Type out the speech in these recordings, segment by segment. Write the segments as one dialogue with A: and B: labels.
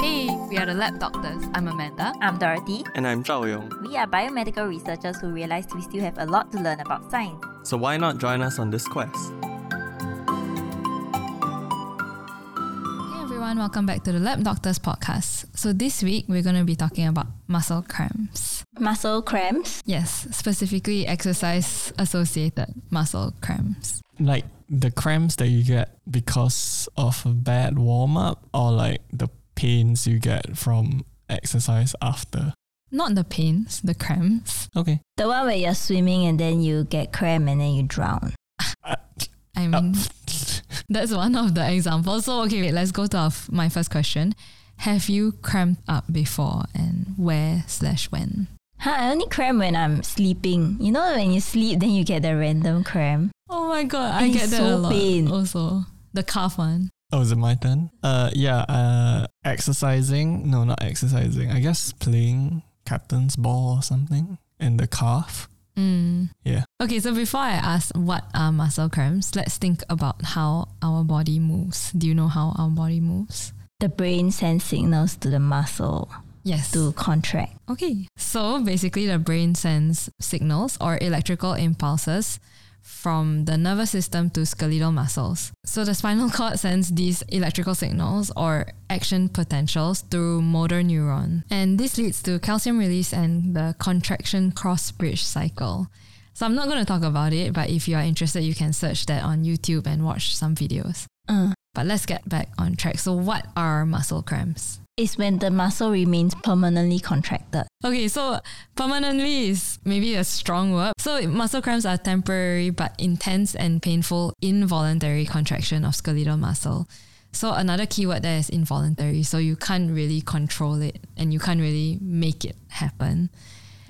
A: We are the Lab Doctors. I'm Amanda.
B: I'm Dorothy.
C: And I'm Zhao Yong.
B: We are biomedical researchers who realized we still have a lot to learn about science.
C: So why not join us on this quest?
A: Hey everyone, welcome back to the Lab Doctors podcast. So this week we're going to be talking about muscle cramps.
B: Muscle cramps.
A: Yes, specifically exercise associated muscle cramps.
D: like the cramps that you get because of a bad warm up or like the pains you get from exercise after.
A: Not the pains, the cramps.
D: Okay.
B: The one where you're swimming and then you get cramp and then you drown.
A: I mean, that's one of the examples. So okay, wait, let's go to our f- my first question. Have you cramped up before, and where slash when?
B: Huh, I only cramp when I'm sleeping. You know when you sleep then you get the random cramp.
A: Oh my god, I
B: It's
A: get that a
B: so
A: lot.
B: pain.
A: Also, the calf one.
D: oh, is it my turn? Uh, yeah. Uh, exercising. No, not exercising. I guess playing captain's ball or something in the calf.
A: Mm.
D: Yeah.
A: Okay, so before I ask what are muscle cramps, let's think about how our body moves. Do you know how our body moves?
B: The brain sends signals to the muscle
A: Yes.
B: to contract.
A: Okay. So basically, the brain sends signals or electrical impulses from the nervous system to skeletal muscles. So the spinal cord sends these electrical signals or action potentials through motor neuron. And this leads to calcium release and the contraction cross bridge cycle. So I'm not going to talk about it, but if you are interested, you can search that on YouTube and watch some videos.
B: Uh,
A: But let's get back on track. So what are muscle cramps?
B: it's when the muscle remains permanently contracted.
A: Okay, so permanently is maybe a strong word. So muscle cramps are temporary but intense and painful involuntary contraction of skeletal muscle. So another keyword there is involuntary. So you can't really control it and you can't really make it happen.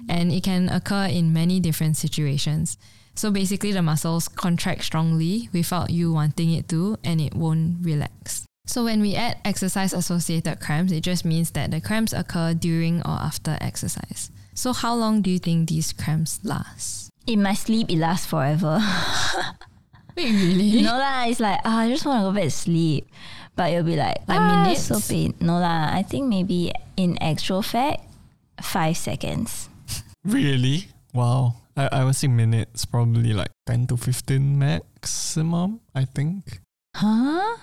A: And it can occur in many different situations. So basically the muscles contract strongly without you wanting it to and it won't relax. So when we add exercise associated cramps, it just means that the cramps occur during or after exercise. So how long do you think these cramps last?
B: In my sleep it lasts forever.
A: Wait, really?
B: No lah, it's like ah, I just want to go back to sleep. But you'll be like,
A: Like
B: ah,
A: minutes?
B: So pain. No lah, I think maybe in actual fact, five seconds.
D: Really? Wow. I, I would say minutes, probably like 10 to 15 maximum, I think.
B: Huh?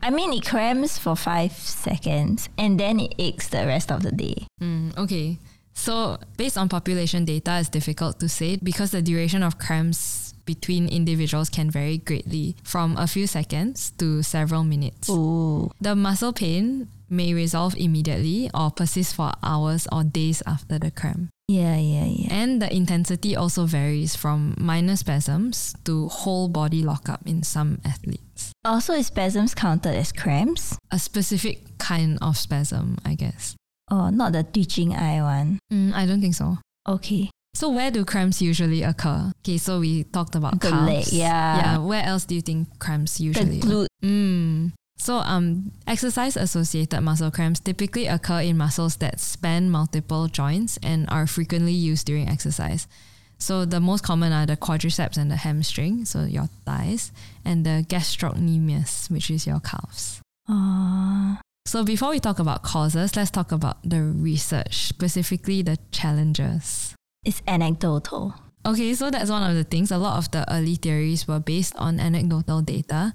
B: I mean, it cramps for five seconds and then it aches the rest of the day.
A: Mm, okay. So based on population data, it's difficult to say because the duration of cramps between individuals can vary greatly from a few seconds to several minutes.
B: Ooh.
A: The muscle pain may resolve immediately or persist for hours or days after the cramp.
B: Yeah, yeah, yeah.
A: And the intensity also varies from minor spasms to whole body lockup in some athletes.
B: Also, is spasms counted as cramps?
A: A specific kind of spasm, I guess.
B: Oh, not the twitching eye one.
A: Mm, I don't think so.
B: Okay.
A: So where do cramps usually occur? Okay, so we talked about
B: The
A: calves.
B: leg, yeah.
A: Yeah. Where else do you think cramps usually?
B: The glute.
A: Mm. So um, exercise associated muscle cramps typically occur in muscles that span multiple joints and are frequently used during exercise. So the most common are the quadriceps and the hamstring, so your thighs, and the gastrocnemius, which is your calves.
B: Oh.
A: So before we talk about causes, let's talk about the research, specifically the challenges.
B: It's anecdotal.
A: Okay, so that's one of the things. A lot of the early theories were based on anecdotal data.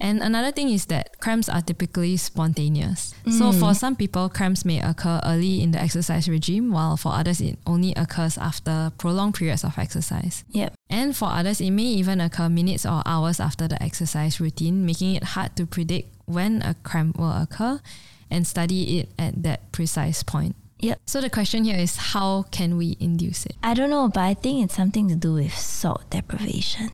A: And another thing is that cramps are typically spontaneous. So
B: Mm.
A: for some people, cramps may occur early in the exercise regime, while for others, it only occurs after prolonged periods of exercise.
B: Yep.
A: And for others, it may even occur minutes or hours after the exercise routine, making it hard to predict when a cramp will occur and study it at that precise point.
B: Yep.
A: So the question here is how can we induce it?
B: I don't know, but I think it's something to do with salt deprivation.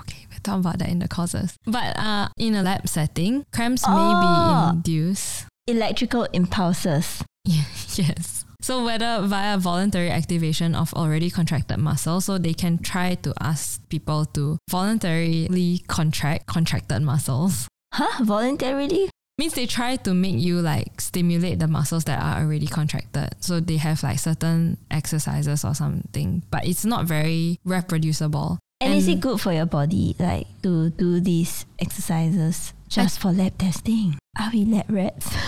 A: Okay, we'll talk about that in the causes. But uh, in a lab setting, cramps
B: Oh.
A: may be induced.
B: Electrical impulses.
A: yes. So whether via voluntary activation of already contracted muscle, so they can try to ask people to voluntarily contract contracted muscles.
B: Huh? Voluntarily?
A: Means they try to make you like stimulate the muscles that are already contracted. So they have like certain exercises or something, but it's not very reproducible.
B: And, is
A: And-
B: it good for your body, like to do these exercises just for lab testing? Are we lab rats?
A: I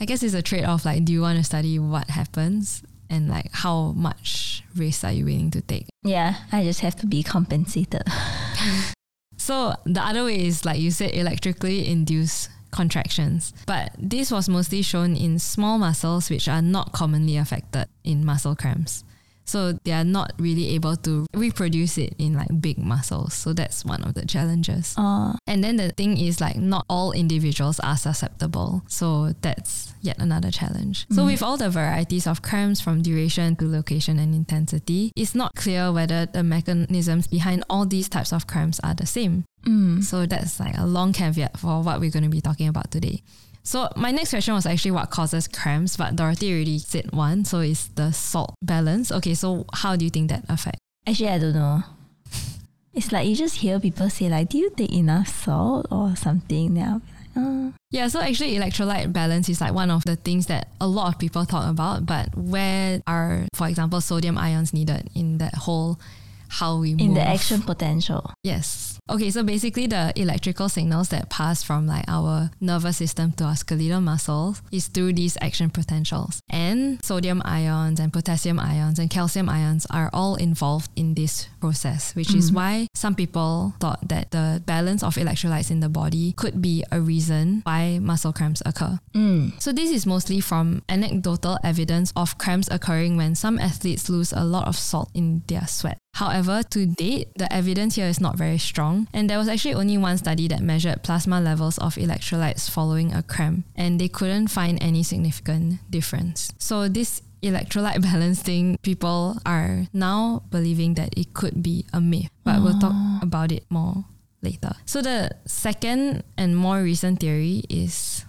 A: I guess it's a trade off. Like, do you want to study what happens and like how much risk are you willing to take?
B: Yeah, I just have to be compensated.
A: So the other way is like you said, electrically induced contractions. But this was mostly shown in small muscles which are not commonly affected in muscle cramps. So they are not really able to reproduce it in like big muscles. So that's one of the challenges.
B: Oh,
A: And then the thing is like not all individuals are susceptible. So that's yet another challenge. So
B: Mhm.
A: with all the varieties of cramps from duration to location and intensity, it's not clear whether the mechanisms behind all these types of cramps are the same.
B: mm.
A: So that's like a long caveat for what we're going to be talking about today. So my next question was actually what causes cramps, but Dorothy already said one, so it's the salt balance. Okay, so how do you think that affects?
B: actually, I don't know. It's like you just hear people say like, "Do you take enough salt or something?" Now, oh.
A: Yeah, so actually electrolyte balance is like one of the things that a lot of people talk about, but where are, for example, sodium ions needed in that whole how we
B: in
A: move?
B: the action potential.
A: Yes. Okay, so basically the electrical signals that pass from like our nervous system to our skeletal muscles is through these action potentials. And sodium ions and potassium ions and calcium ions are all involved in this process, which is
B: Mhm.
A: why some people thought that the balance of electrolytes in the body could be a reason why muscle cramps occur.
B: Mm.
A: So this is mostly from anecdotal evidence of cramps occurring when some athletes lose a lot of salt in their sweat. However, to date, the evidence here is not very strong, and there was actually only one study that measured plasma levels of electrolytes following a cramp, and they couldn't find any significant difference. So this electrolyte balance thing, people are now believing that it could be a myth, but we'll talk about it more later. So the second and more recent theory is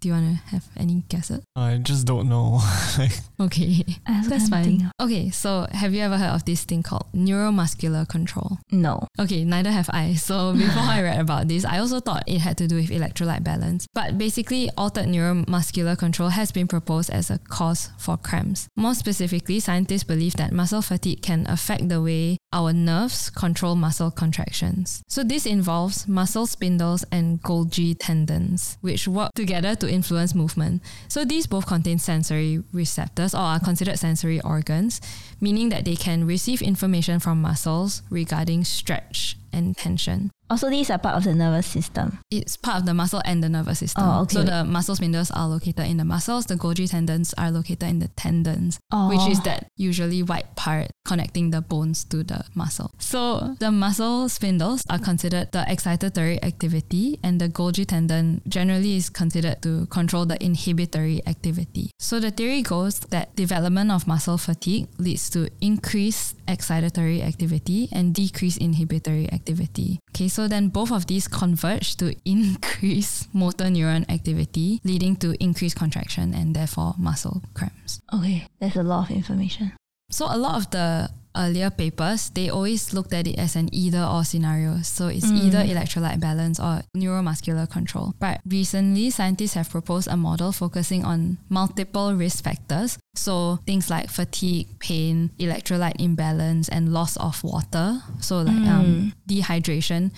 A: do you want to have any guesses?
D: I just don't know.
A: Okay,
B: I also
A: that's
B: can't think
A: fine. Okay, so have you ever heard of this thing called neuromuscular control?
B: of- No.
A: Okay, neither have I. So before I read about this, I also thought it had to do with electrolyte balance. But basically, altered neuromuscular control has been proposed as a cause for cramps. More specifically, scientists believe that muscle fatigue can affect the way our nerves control muscle contractions. So this involves muscle spindles and Golgi tendons, which work together to influence movement. So these both contain sensory receptors or are considered sensory organs, meaning that they can receive information from muscles regarding stretch and tension.
B: Also, these are part of the nervous system.
A: It's part of the muscle and the nervous system.
B: Oh, okay.
A: So the muscle spindles are located in the muscles, the Golgi tendons are located in the tendons
B: Oh.
A: which is that usually white part connecting the bones to the muscle. So the muscle spindles are considered the excitatory activity, and the Golgi tendon generally is considered to control the inhibitory activity. So the theory goes that development of muscle fatigue leads to increased excitatory activity and decreased inhibitory activity. Okay, so then both of these converge to increase motor neuron activity, leading to increased contraction and therefore muscle cramps.
B: Okay, there's a lot of information.
A: So a lot of the earlier papers, they always looked at it as an either or scenario. So it's
B: Mm.
A: either electrolyte balance or neuromuscular control. But recently, scientists have proposed a model focusing on multiple risk factors. So things like fatigue, pain, electrolyte imbalance, and loss of water. So like
B: Mm.
A: um, dehydration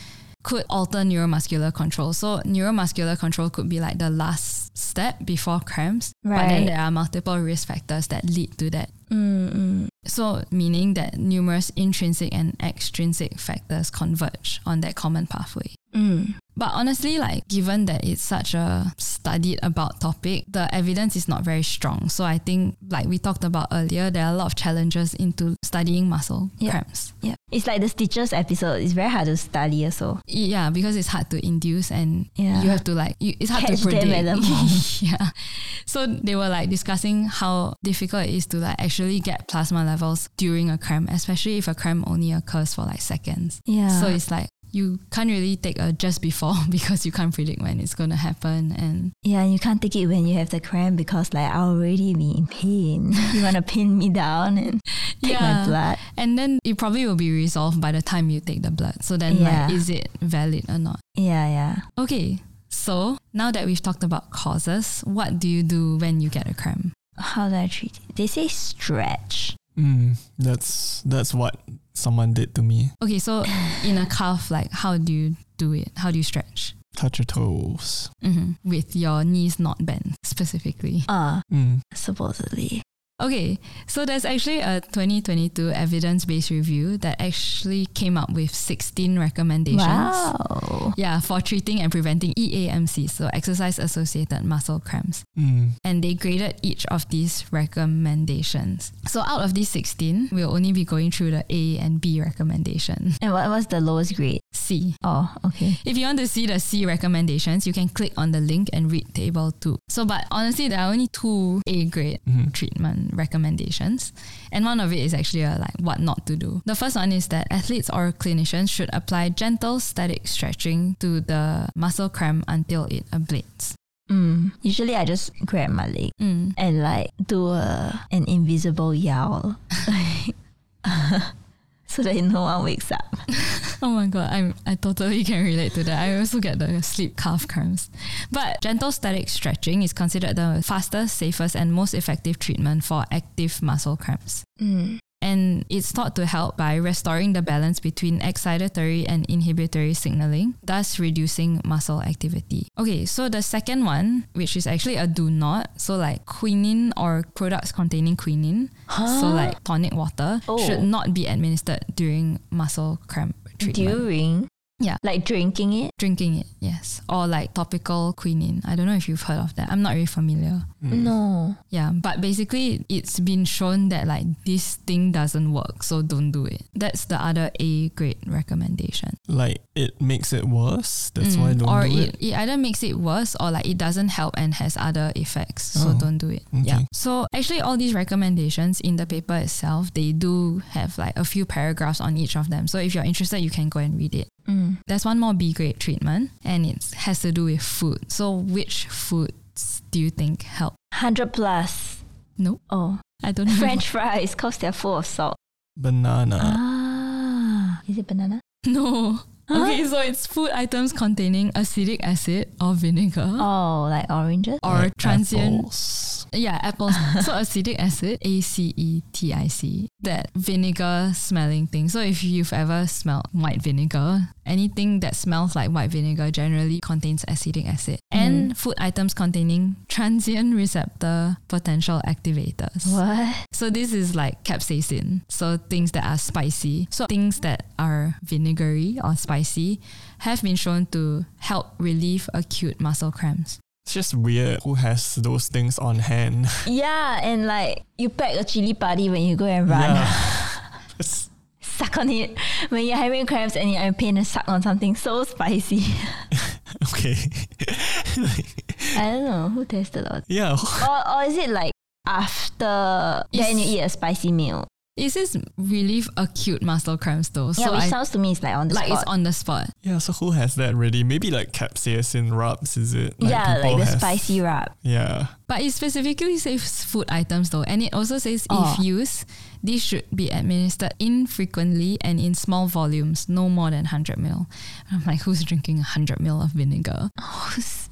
A: could alter neuromuscular control. So neuromuscular control could be like the last step before cramps. But then
B: Right.
A: there are multiple risk factors that lead to that
B: Mm-mm.
A: so, meaning that numerous intrinsic and extrinsic factors converge on that common pathway.
B: Mm.
A: But honestly, like given that it's such a studied about topic, the evidence is not very strong. So I think, like we talked about earlier, there are a lot of challenges into studying muscle
B: Yeah.
A: cramps.
B: Yeah. It's like the Stitches episode. It's very hard to study also.
A: Yeah, because it's hard to induce and
B: Yeah.
A: you have to like you, it's hard
B: Catch
A: to
B: them
A: predict.
B: at the moment.
A: yeah. So they were like discussing how difficult it is to like actually get plasma levels during a cramp, especially if a cramp only occurs for like seconds.
B: yeah.
A: So it's like you can't really take a just before because you can't predict when it's gonna happen and
B: yeah, and you can't take it when you have the cramp because like I'll already be in pain. you wanna pin me down and take
A: Yeah.
B: my blood.
A: and then it probably will be resolved by the time you take the blood. So then
B: Yeah.
A: like is it valid or not?
B: Yeah, yeah.
A: Okay. So now that we've talked about causes, what do you do when you get a cramp?
B: How do I treat it? They say stretch.
D: mm, that's that's what someone did to me.
A: Okay, so in a calf, like how do you do it? How do you stretch?
D: touch your toes.
B: Mm-hmm.
A: with your knees not bent specifically.
B: Uh,
D: Mm.
B: supposedly.
A: Okay, so there's actually a 2022 evidence based review that actually came up with 16 recommendations.
B: Wow.
A: Yeah, for treating and preventing E EAMC, so exercise associated muscle cramps.
D: Mm.
A: And they graded each of these recommendations. So out of these 16, we'll only be going through the A and B recommendation.
B: And what was the lowest grade?
A: C.
B: Oh, okay.
A: If you want to see the C recommendations, you can click on the link and read table 2. So, but honestly, there are only two A grade
D: Mhm.
A: treatment recommendations. And one of it is actually a, like what not to do. The first one is that athletes or clinicians should apply gentle static stretching to the muscle cramp until it ablates.
B: Mm. Usually I just grab my leg
A: Mm.
B: and like do a, an invisible yowl. so that no one wakes up.
A: Oh my god, I'm, I totally can relate to that. I also get the sleep calf cramps. But gentle static stretching is considered the fastest, safest, and most effective treatment for active muscle cramps.
B: Mm.
A: and it's thought to help by restoring the balance between excitatory and inhibitory signaling, thus reducing muscle activity. Okay, so the second one, which is actually a do not, so like quinine or products containing quinine, so like tonic water,
B: Ah. Oh.
A: should not be administered during muscle cramp treatment.
B: During?
A: Yeah.
B: Like drinking it?
A: Drinking it, yes, or like topical quinine. I don't know if you've heard of that. I'm not really familiar.
D: Mm.
B: No.
A: Yeah, but basically, it's been shown that like this thing doesn't work, so don't do it. That's the other A grade recommendation.
D: Like it makes it worse. That's
A: Mm,
D: why I don't
A: or
D: do it.
A: it, it either makes it worse or like it doesn't help and has other effects, so
D: Oh,
A: don't do it. Yeah.
D: okay.
A: So actually, all these recommendations in the paper itself, they do have like a few paragraphs on each of them. So if you're interested, you can go and read it.
B: Mm.
A: There's one more B grade treatment, and it has to do with food. So which foods do you think help?
B: 100 plus.
A: No,
B: Oh.
A: I don't know.
B: French fries, because they're full of salt.
D: Banana.
B: Ah. Is it banana?
A: No.
B: Huh?
A: Okay, so it's food items containing acidic acid or vinegar
B: Oh, like oranges?
A: Ah. or
D: like
A: transient.
D: apples.
A: Yeah, apples. so acidic acid, A C E T I C, that vinegar smelling thing. So if you've ever smelled white vinegar, anything that smells like white vinegar generally contains acidic acid
B: Mm.
A: and food items containing transient receptor potential activators.
B: What?
A: So this is like capsaicin. So things that are spicy. So things that are vinegary or spicy have been shown to help relieve acute muscle cramps.
D: It's just weird who has those things on hand.
B: Yeah, and like you pack a chili party when you go and run.
D: Yeah. It's-
B: Suck on it. When you're having cramps and you're in pain and suck on something so spicy.
D: okay.
B: I don't know who tasted all
D: yeah.
B: or, or is it like after
A: It's-
B: then you eat a spicy meal?
A: It says relieve acute muscle cramps though.
B: yeah,
A: so
B: which
A: I,
B: sounds to me is like on the
A: like
B: spot.
A: it's on the spot.
D: Yeah, so who has that really? Maybe like capsaicin rubs, is it?
B: yeah, like
D: people
B: the
D: have-
B: spicy wrap.
D: Yeah.
A: But it specifically says food items though, and it also says
B: Oh.
A: if used, these should be administered infrequently and in small volumes, no more than 100 ml. I'm like, who's drinking 100 ml of vinegar?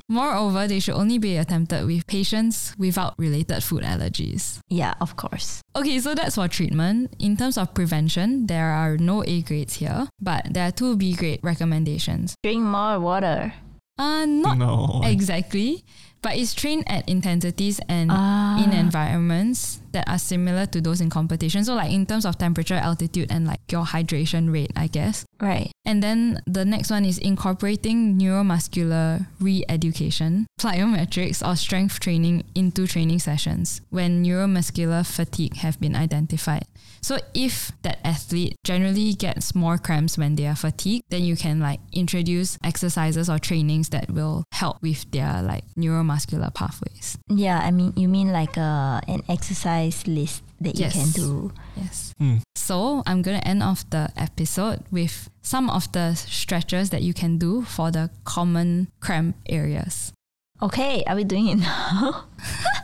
A: Moreover, they should only be attempted with patients without related food allergies.
B: Yeah, of course.
A: Okay, so that's for treatment. In terms of prevention, there are no A grades here, but there are two B grade recommendations.
B: Drink more water.
A: Uh, not
D: no.
A: exactly, but it's trained at intensities and
B: Ah.
A: in environments that are similar to those in competition. So, like in terms of temperature, altitude, and like your hydration rate, I guess.
B: Right.
A: And then the next one is incorporating neuromuscular re education, plyometrics, or strength training into training sessions when neuromuscular fatigue have been identified. So, if that athlete generally gets more cramps when they are fatigued, then you can like introduce exercises or trainings that will help with their like neuromuscular pathways.
B: Yeah, I mean you mean like a an exercise list that
A: Yes.
B: you can do.
A: Yes.
D: Hmm.
A: So I'm going to end off the episode with some of the stretches that you can do for the common cramp areas.
B: Okay, are we doing it now?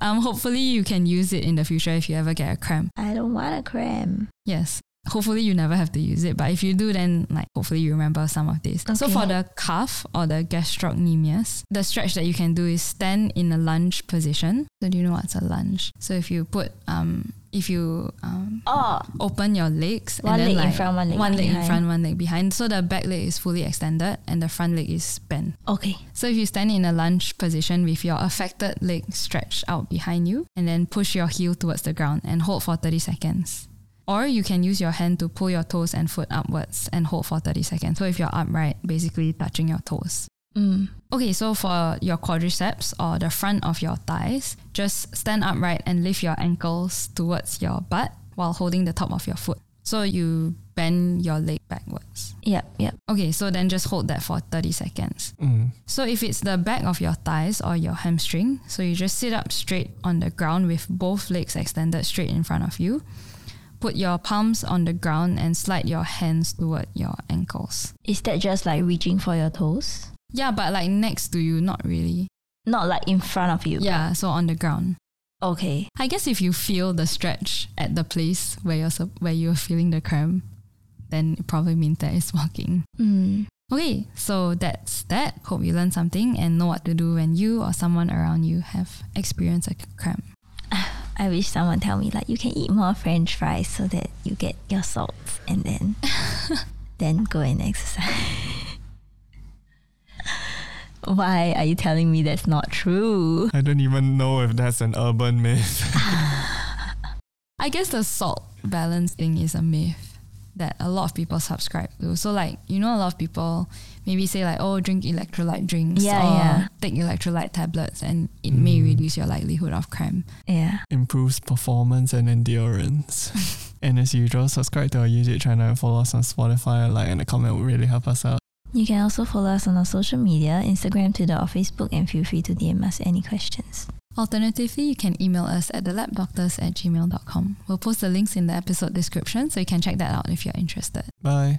A: Um, hopefully you can use it in the future if you ever get a cramp.
B: I don't want a cram.
A: Yes. Hopefully you never have to use it, but if you do, then like hopefully you remember some of these. So
B: Okay.
A: for the calf or the gastrocnemius, the stretch that you can do is stand in a lunge position. So do you know what's a lunge? So if you put um if you um,
B: Oh,
A: open your legs and
B: One
A: then
B: leg in
A: like
B: front, one leg
A: in
B: behind.
A: front, one leg behind. So the back leg is fully extended and the front leg is bent.
B: okay.
A: So if you stand in a lunge position with your affected leg stretched out behind you and then push your heel towards the ground and hold for 30 seconds. Or you can use your hand to pull your toes and foot upwards and hold for 30 seconds. So if you're upright, basically touching your toes.
B: Mm.
A: Okay, so for your quadriceps or the front of your thighs, just stand upright and lift your ankles towards your butt while holding the top of your foot. So you bend your leg backwards.
B: Yep, yep.
A: Okay, so then just hold that for 30 seconds.
D: Mm.
A: So if it's the back of your thighs or your hamstring, so you just sit up straight on the ground with both legs extended straight in front of you. Put your palms on the ground and slide your hands toward your ankles.
B: Is that just like reaching for your toes?
A: Yeah, but like next to you, not really.
B: Not like in front of you.
A: Yeah, so on the ground.
B: Okay.
A: I guess if you feel the stretch at the place where you're sup- where you're feeling the cramp, then it probably means that it's working.
B: Mm.
A: Okay, so that's that. Hope you learned something and know what to do when you or someone around you have experienced a cramp.
B: I wish someone tell me like you can eat more French fries so that you get your salts and then then go and exercise. Why are you telling me that's not true?
D: I don't even know if that's an urban myth.
A: I guess the salt balance thing is a myth that a lot of people subscribe to. So like, you know, a lot of people maybe say like, oh, drink electrolyte drinks
B: Yeah,
A: or
B: yeah.
A: take electrolyte tablets and it may
D: Mm.
A: reduce your likelihood of cramp.
B: Yeah.
D: Improves performance and endurance. and as usual, subscribe to our YouTube channel and follow us on Spotify. A like and a comment would really help us out.
B: You can also follow us on our social media, Instagram, Twitter, or Facebook, and feel free to DM us any questions.
A: Alternatively, you can email us at thelabdoctors at gmail.com. We'll post the links in the episode description so you can check that out if you're interested.
D: Bye.